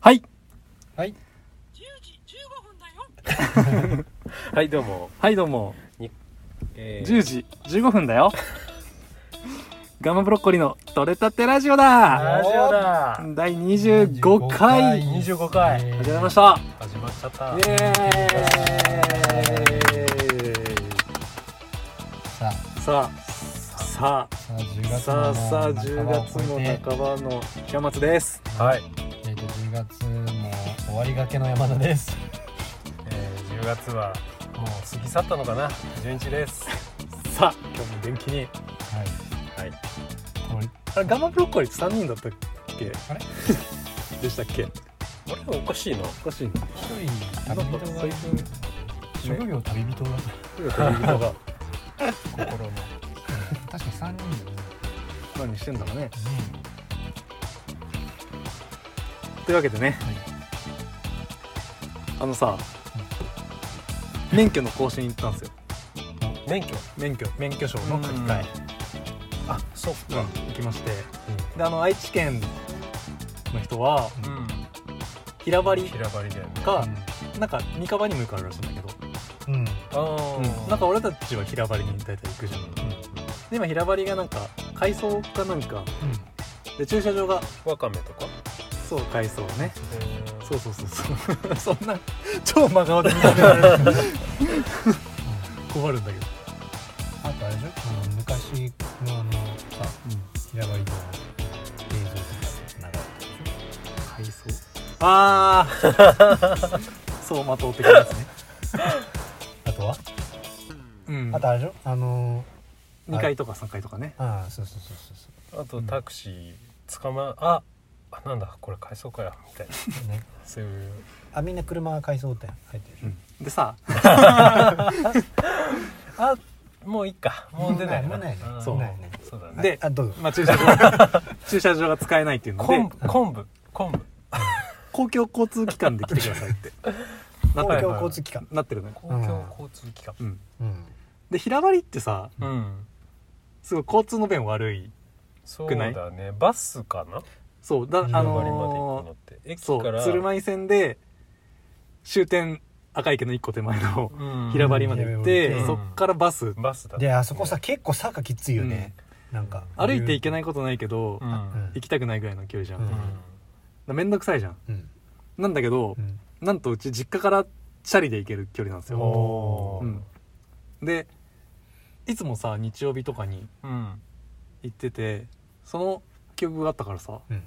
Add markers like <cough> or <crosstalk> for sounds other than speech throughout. はい。はい、どうも。 <laughs> はいどうもえー10時15分だよガマブロッコリーの取れたてラジオだラジオだ。第25回25 25回。えー始まりました始まっちゃった。イエーさあ、イさあさあさあ、10月さあさあ10月もの中。半ばの平松ですはい。えっと、10月も終わりがけの山田です。えー、10月はもう過ぎ去ったのかな。11日です。さあ今日も元気にはい。はい。これあれガマブロッコリーって3人だったっけあれ <laughs> でしたっけあれおかしいな。おかしいな一人旅人がいる。職業旅人だと。 <laughs> 心の。確かに三人だね。何してんだろうねというわけでね、はいあのさ、免許の更新行ったんですよ免許。免許免許証の書き換え、あ、そっうんか。行きまして、であの愛知県の人はうん。平張り平張りだよね。か、なんか三河にも行くあるらしいんだけど、うん。うん。ああ、うんなんか俺たちは平張りに大体行くじゃん、で今平張りがなんか改装かなんかで駐車場がわかめとか。そう改装ねそ。そううそうそう <laughs> そうそんな超真顔で見られる <laughs> 困るんだけどあとあれでしょあの昔のあのさ、平場移動の映像とか流れてるでし海藻ああ <laughs> 走馬灯的なやつねょあとは、うんあとあれでしょあの2階とか3階とかねああそうそうそうそうそあとタクシー捕まあ、あなんだこれ改装かよみたいな。うねそういう。あみんな車が改装店入ってるでしょ、でさ <laughs> あ、もういいか。もう出ないな。もうないもうないんそうないねそうだね。であどうぞまあ駐車 <laughs> 場駐車場が使えないっていうの昆で布昆布昆公共交通機関で来てください <laughs> ってなっ公てる共交通機関、なってるね布公共交通機関うんうんで平張りってさうんすごい交通の便悪いそうだねバスかなそうだあ平あ張りまで行くののってー駅そからう鶴舞線で終点赤池の1個手前のうん平張りまで行って、うんそっからバスバスだであそこさ結構坂きついよね、なんか歩いて行けないいことないけど、うんうん行きたくないぐらいの距離じゃん、うんだからめんどくさいじゃんうんなんだけどう、んなんとうち実家からチャリで行ける距離なんですよ、おうーん、でいつもさ日曜日とかにうん行っててその記憶があったからさうん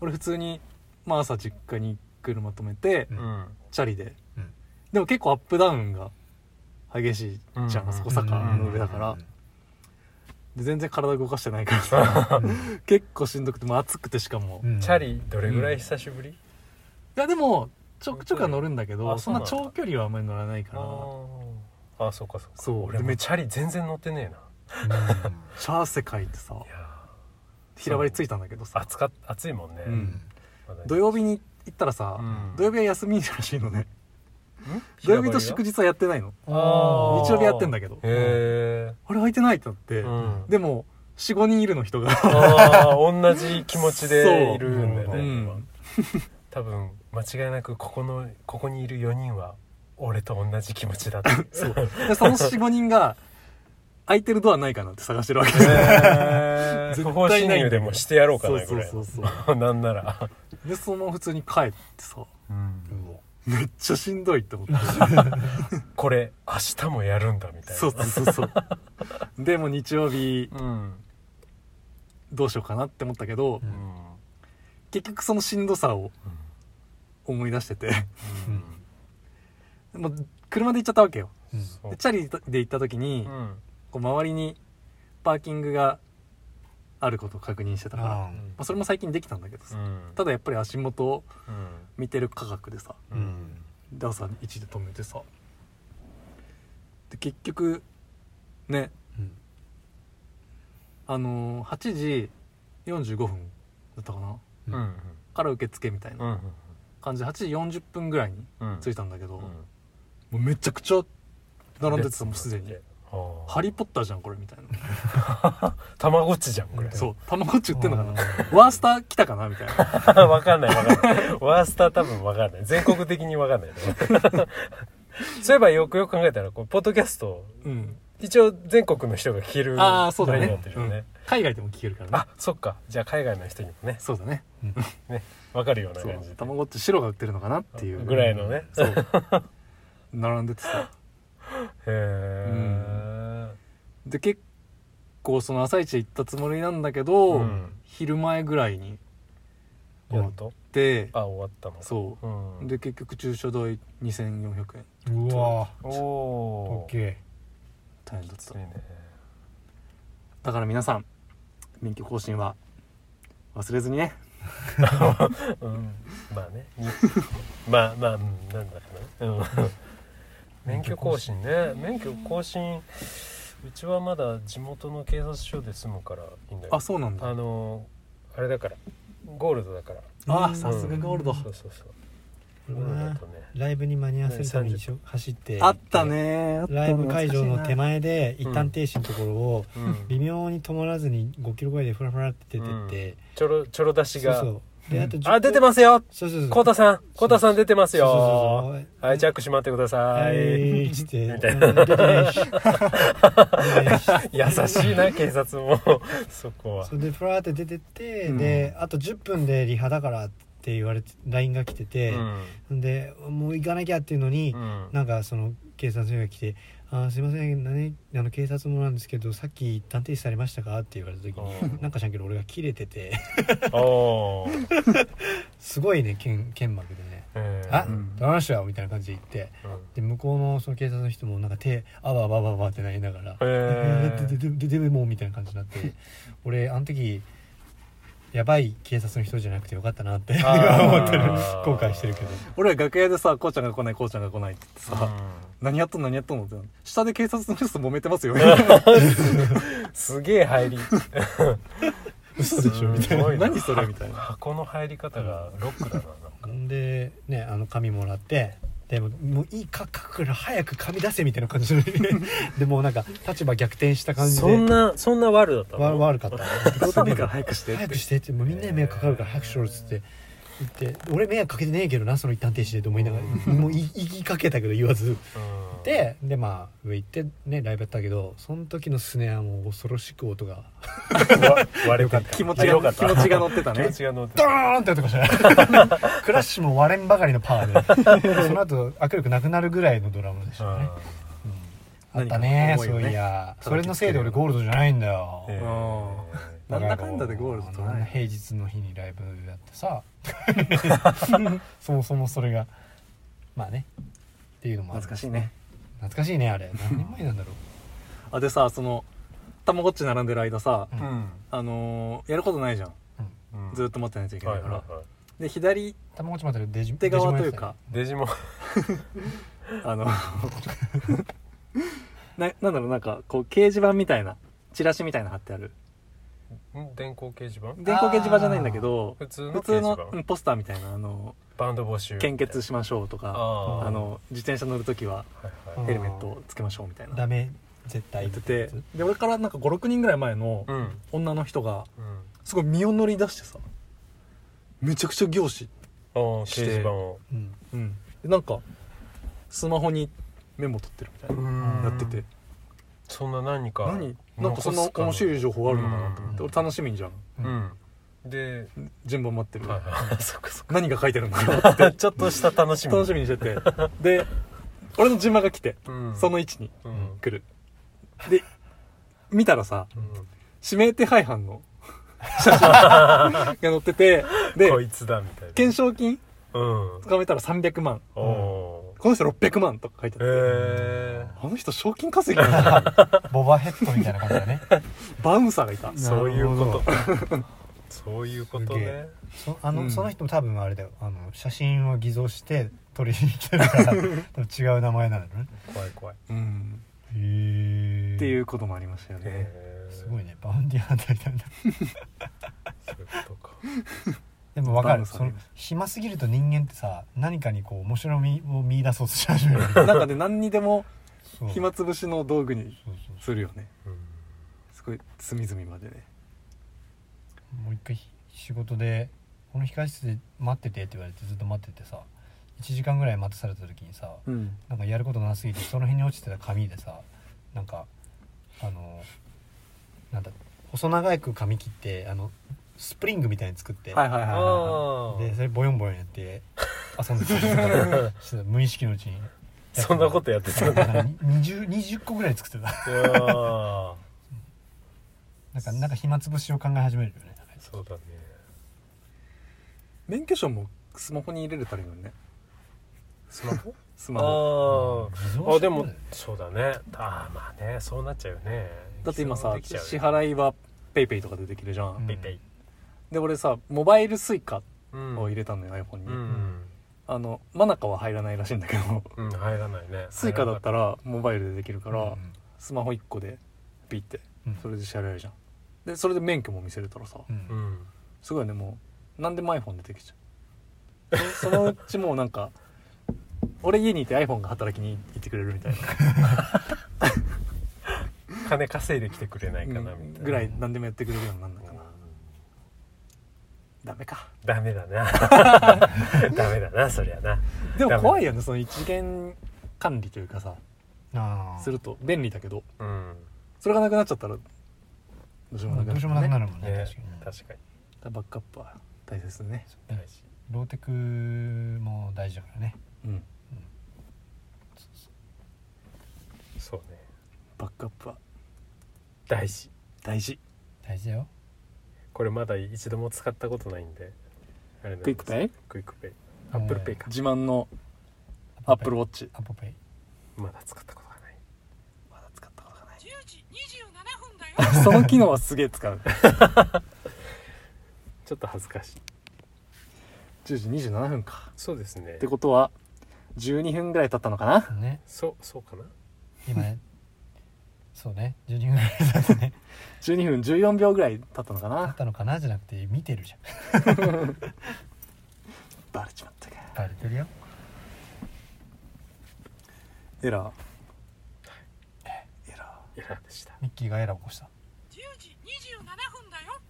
俺普通に、まあ、朝実家に車止めて、うんうんチャリで、うんでも結構アップダウンが激しいじゃん、うんあそこ坂の上だから、で全然体動かしてない <laughs> からさう <laughs> 結構しんどくてもう暑くてしかも、うんんチャリどれぐらい久しぶりいやでもちょくちょくは乗るんだけどあそそうんななんだ長距離はあんまり乗らないからああそうかそうかそう俺でめめチャリ全然乗ってねえなめっちゃ汗かいてさいや平張りついたんだけどさ暑かっ暑いもんねううんんまだね土曜日に行ったらさ、うん土曜日は休みらしいのねん土曜日と祝日はやってないの平張りが日曜日やってんだけどへあれ空いてないってなって、えうんでも45人いるの人が <laughs> あー同じ気持ちでいるんだよそうね、うん今多分間違いなくここのここにいる4人は俺と同じ気持ちだって <laughs> そうでその45人が空いてるドアないかなって探してるわけですよへー絶対ない不法侵入でもしてやろうかなそぐうらいそうそうなんなら、でそのまま普通に帰ってさうおめっちゃしんどいって思ってこれ明日もやるんだみたいな <laughs> そうそうそうそうでも日曜日うん、どうしようかなって思ったけど、うん結局そのしんどさを思い出してて <laughs> うんもう車で行っちゃったわけようんそうでチャリで行った時に、うんこう周りにパーキングがあることを確認してたから、まああ、それも最近できたんだけどうさ、んただやっぱり足元をうん見てる価格でさーうんで朝1で止めてさで結局ねうんあのー8時45分だったかなうんうんから受付みたいうんうなん感じで8時40分ぐらいにうん着いたんだけど、うんもうめちゃくちゃ並んでてさもうすでにうんあハリー・ポッターじゃんこれみたいなーたまごっちじゃんこれそうたまごっち売ってんのかなあワースター来たかなみたいなわかんないわかんない。ワースター多分わかんない。全国的にわかんないね。そういえばよくよく考えたら、こう、ポッドキャスト、うん一応全国の人が聞けるああそうだ内容ねになってるよね。うん海外でも聞けるからねあ、そっか。じゃあ海外の人にもね、そうだねね、わかるようなそう感じでた。まごっち白が売ってるのかなっていうぐらいのね。そう並んでてさへえ。で結構その朝一行ったつもりなんだけど、うん昼前ぐらいに終やわっっとてあ、終わったの。そうう、ん。で、結局駐車代2400円うわおオッお。ケー大変だっきつたいね。だから皆さん免許更新は忘れずにねうん。まあね。 <laughs> まあまあ、うんなんだか <laughs> な。うん。免許更新ね。免許更新。うちはまだ地元の警察署で住むからいいんだよ。あそうなんだあのー、あれだから。ゴールドだから。あさすがゴールドそうそうそう。うゴわールドだとね。ライブに間に合わせるためにしょ走ってあったねあったねライブ会場の手懐かし前で一旦停止のところをうん微妙に止まらずに5キロぐらいでフラフラって出てって、ちょろちょろ出しそうが。そうであと10あ出てますよ。そうそうそうコウタさん、コウタさん出てますよ。そうそうそうはい、ジャック閉まってくださ。はいいっつってみたいうん出てない <laughs> し出てないし優しいな、警察も。 <laughs> そこはそ。れでフラーって出てって、うんであと10分でリハだからって言われて LINE が来てて、でもう行かなきゃっていうのに、うんなんかその警察署が来て「あーすいません、ね、あの警察もなんですけどさっき探偵されましたか?」って言われた時うにんなんかしらんけど俺が切れてておーすごいね剣剣幕でねえ「ーあどうしたよ」みたいな感じで言ってうんで向こうのその警察の人もなんか手あわあわあわあわってなりながらへーででででででもみたいな感じになって俺あの時やばい警察の人じゃなくてよかったなってあー思ってる後悔してるけどいな俺ら楽屋でさこうちゃんが来ないこうちゃんが来ないって言ってさ、何やっとんの何やっとんのって下で警察の人と揉めてますようんすげえ入り。 <laughs> 嘘でしょみたいなすごい何それみたいな箱の入り方がロックだな。んでねあの紙もらってでももういいか書くから早く紙出せみたいな感じででもうなんか立場逆転した感じでそんな、そんな悪だったわの悪かった仕事でいいから早くしてって早くしてってもうみんなに迷惑かかるから早くしろっつって言って俺迷惑かけてねえけどなその一旦停止でと思いながらもう言い言いかけたけど言わずうんででまあ上行ってねライブやったけどその時のスネアも恐ろしく音がわ悪かった。気持ち悪かがった気持ちが乗ってた気持ねちが乗ってドた。ーンって音がした <laughs> クラッシュも割れんばかりのパワーでその後握力なくなるぐらいのドラムでしたねうんあったね何か思いをそうねいや叩きつけるそれのせいで俺ゴールドじゃないんだよえーなんだかんだでゴールド取らあのない平日の日にライブやって <laughs> さそもそもそれがまあねっていうのもある懐かしいね懐かしいねあれ何年前なんだろあでさそのたまごっち並んでる間さ、うんうんあのーやることないじゃんうんずっと待ってないといけなはいいから、はいはいうで左うたまごっちまでデジ手側というか、デジモンあの <laughs> ななんだろうなんかこう掲示板みたいなチラシみたいなの貼ってあるん <laughs> 電光掲示板電光掲示板じゃないんだけど普通の普掲通示の板うんポスターみたいなあのバンド募集献血しましょうとかあああの自転車乗る時ははいはいヘルメットをつけましょうみたいなダメ絶や対っててで俺からなんか56人ぐらい前のうん女の人がうんすごい身を乗り出してさめちゃくちゃ凝視あー掲して示板をうんうんでなんかスマホにメモ取ってるみたいなうんやっててそんな何か何なんかそんな残す面白い情報あるのかなと思ってうん俺楽しみにじゃんうんで順番待ってるはいはい <laughs> そっかそっ何が書いてるんだろうってか <laughs> ちょっとした楽し <laughs> み楽しみにしててで俺の順番が来てうんその位置にうん来るで見たらさうん指名手配犯 <laughs> の写真が載っててでこいつだみたいな懸賞金うんつかめたら300万おおこの人600万とか書いてあへってえあの人賞金稼ぎなん <laughs> だボバヘッドみたいな感じ <laughs> だねバウンサーがいたそういうことなるほどそういうことすげねえそあの、うんその人も多分あれだよあの写真を偽造して撮りに来て <laughs> るから多分違う名前なんだろうね怖い怖いうんへえっていうこともありましたよねへえすごいねバウンディアンタイなんだそういうことかでもわかバウるンサーその暇すぎると人間ってさ何かにこう面白みを見出そうとし始めるなんかね何にでもそう暇つぶしの道具にそうそうそするよねうんすごい隅々までねうもう一回仕事でこの控室で待っててって言われてずっと待っててさ1時間ぐらい待たされた時にさうんなんかやることなすぎてその辺に落ちてた紙でさなんかあのなんだ細長く紙切ってあのスプリングみたいに作って、はいはいはいはあであそれボヨンボヨンやって遊んでたしてた無意識のうちにそんなことやってたんだなんか20 20個ぐらい作ってた <laughs> いやーなんかなんか暇つぶしを考え始めるよねそうだねい免許証もスマホに入れれたらいいのにねスマホ <laughs> スマホあ自動あ車あでもだよねそうだねああまあねそうなっちゃうよねだって今さできちゃうよ支払いはペイペイとかでできるじゃん、うんペイペイで俺さモバイル Suica うんを入れたのよ、iPhone に、うんあのマナカは入らないらしいんだ <laughs> けどうん入らないね Suica だったらモバイルでできるから、うんスマホ1個でピッてうんそれで支払えるじゃんでそれで免許も見せれたらさ、うんううんんすごいねもう何でも iPhone 出てき <laughs> ちゃうそそのうちもうなんか俺家にいて iPhone が働きに行ってくれるみたいな金稼いできてくれないかなみたいな、ぐらい何でもやってくれるようになるのかなダメかダメだ <laughs> なダメだなそりゃなでも怖いよねその一元管理というかさああすると便利だけどうんそれがなくなっちゃったらどうしようもまあなくなっどうしちよゃうもなくなるるもんねね確かに確かにバックアップは大切ですね大事ローテクも大事だからねうんそうねバックアップは大事大事大事だよこれまだ一度も使ったことないんであれなんですクイックペイクイックペイアップルペイか自慢のアップルウォッチアップペイまだ使ったことがないまだ使ったことがない10時27分だよ。 <laughs> その機能はすげえ使うちょっと恥ずかしい10時27分かそうですねってことは12分ぐらい経ったのかなねそうそうかな今 <laughs> ねそうね10人ぐらいだってね12分14秒ぐらい経ったのかあなったのかなじゃなくて見てるじゃんバレちまったかバレてるよエラーエラエラーでしたミッキーがエラー起こした10時27分だよ。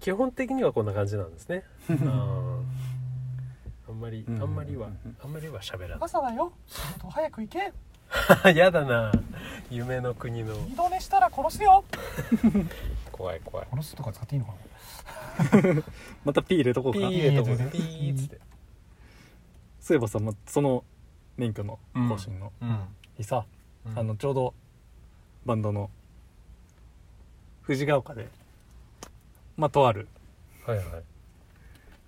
基本的にはこんな感じなんで <laughs> すねあーあんまりあうんんまりはあんまりは喋ら朝だよ仕事早く行けない <laughs> やだな夢の国の二度寝したら殺すよ怖い怖い殺すとか使っていいのかなーまた P 入れとこうかピピーー入れとこう入れねとこピうーっつってそういえばさ、ま、その免許の更新のうん日さ、うんあのちょうどバンドの藤ヶ丘でまあとあるはいはい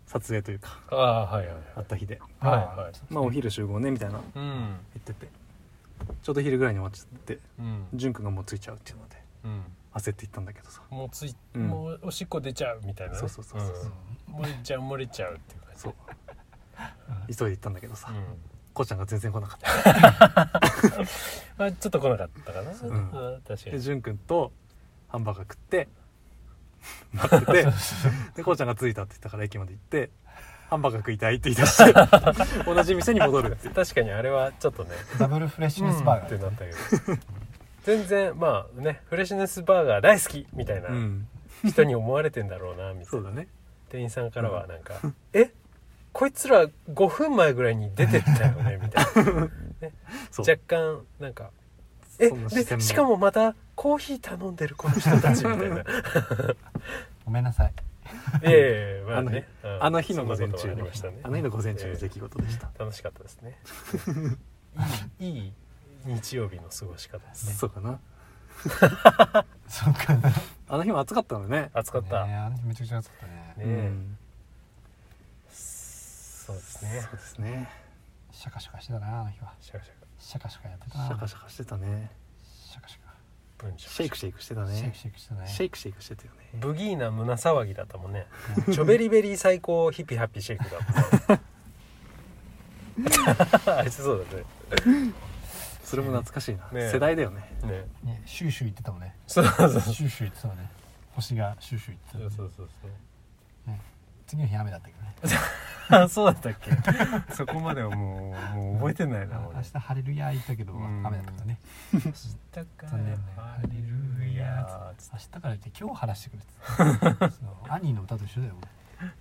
撮影というかああはいはいあった日ではいはいまあお昼集合ねみたいなうん言っててちょうど昼ぐらいに終わっちゃってうん潤くんがもうついちゃうっていうのでうん焦って行ったんだけどさもうつい、うんもうおしっこ出ちゃうみたいなねそうそうそうそううん漏れちゃう漏れちゃうっていう感じそう急いで行ったんだけどさ、うんこうちゃんが全然来なかったまあちょっと来なかったかな、ううんん確かでに潤くんとハンバーガー食って待っててでこうちゃんが着いたって言ったから駅まで行ってハンバーガー食いたいって言い出して <laughs> 同じ店に戻るっていう確かにあれはちょっとねダブルフレッシュネスうんバーっガてーなったけど全然まあねフレッシュネスバーガー大好きみたいなうん人に思われてんだろうなみたそいうなだね店員さんからはなんか「えこいつら5分前ぐらいに出てったよね」みたいな <laughs> そう若干なんか「えそんな視線でもしかもまたコーヒー頼んでるこの人たち」みたいなごめんなさいええまあねあの日の午前そ中んのなことがありましたねあの日の午前中の出来事でした、楽しかったですねいいいい日曜日の過ごし方ですそうかなそうかなあの日も暑かったのね暑かったねねあの日めちゃくちゃ暑かったねうえんそうですねそうですねシャカシャカしてたなあの日はシャカシャカシャカシャカやってシたなャカシャカしてたねシャカシャブンシシェイクシェイクしてたカシェイねクシェイクしてたねシェイクシェイクしてたよねブギーな胸騒ぎだったもんねチョベリベリー最高ヒッピーハッピーシェイクだったあいつそうだねそれも懐かしいな、ねえ世代だよねねねシューシュー言ってたもんねそうそうそうシューシュー言ってたもんね星がシューシューそ言うってたそもんうねそうね次の日雨だったけどね <laughs> あそうだったっけそこまではもうもう覚えてないな俺明日晴れるやー言ったけどうん雨だったからね明日から残念ねハレルヤーつって明日から言って今日晴らしてくれてそう兄の歌と一緒だよ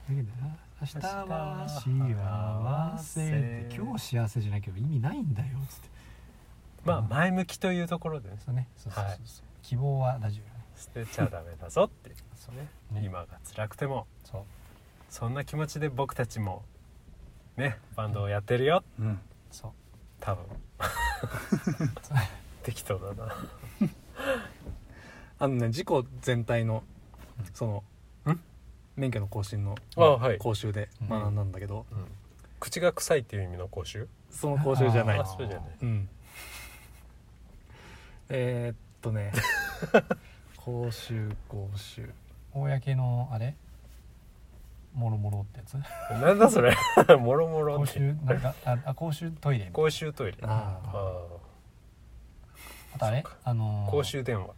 俺だけどな明日は幸せって今日幸せじゃないけど意味ないんだよつってまあ前向きというところでねそうねそうそうそうそう、希望は大丈夫よね捨てちゃダメだぞってそうねね今が辛くてもそうそんな気持ちで僕たちもねバンドをやってるようんそう <laughs> 多分適当だなあのね事故全体のそのん免許の更新のあはい講習で学んだんだけど、口が臭いっていう意味の口臭その講習じゃないああそうじゃないうん <laughs> えー、っと <laughs> ね講習講習公のあれもろもろってやつなんだそれ <laughs> もろもろ公って衆なんかああ公衆トイレみたいな公衆トイレああああとあれあのー公衆電話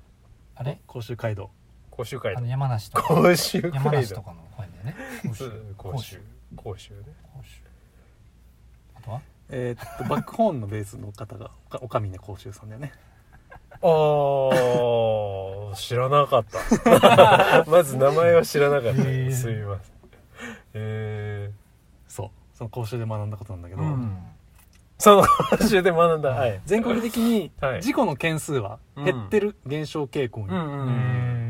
あれ講習街道公衆会あだの山梨とか公衆会だ山梨とかの公園だよね公衆うん公公衆衆公衆ね公衆あとはえー、っとバックホーンのベースの方がおかおかみね講習さんだよねああ知らなかった <laughs> まず名前は知らなかっへた、ーすみませんえそうその講習で学んだことなんだけーど、うん、その講習で学んだはい全国的にはい事故の件数は減ってる減少傾向にうんうん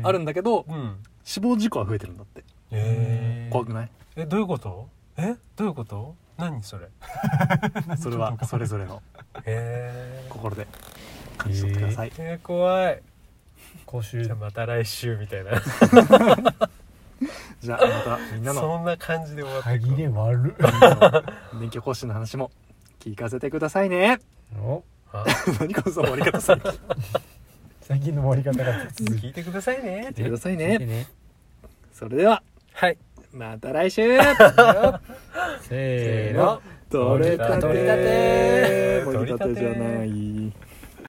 うんあるんだけど、うん死亡事故は増えてるんだってええー怖くないー、えどういうことえどういうこと何それそれはそれぞれのえー、心で感じ取ってください、えー、怖い公衆じゃあまた来週みたいなじゃ <laughs> あまたみんなのそんな感じで終わって歯切れ悪免許更新の話も聞かせてください <laughs> ねいおあ何この終わり方さ聞 <laughs> い最近の終わり方が <laughs> 続き聞いてくださいねてくださいてねねそれでははいまた来 <laughs> 週せーーのの取れたて取りたて取りたてじゃない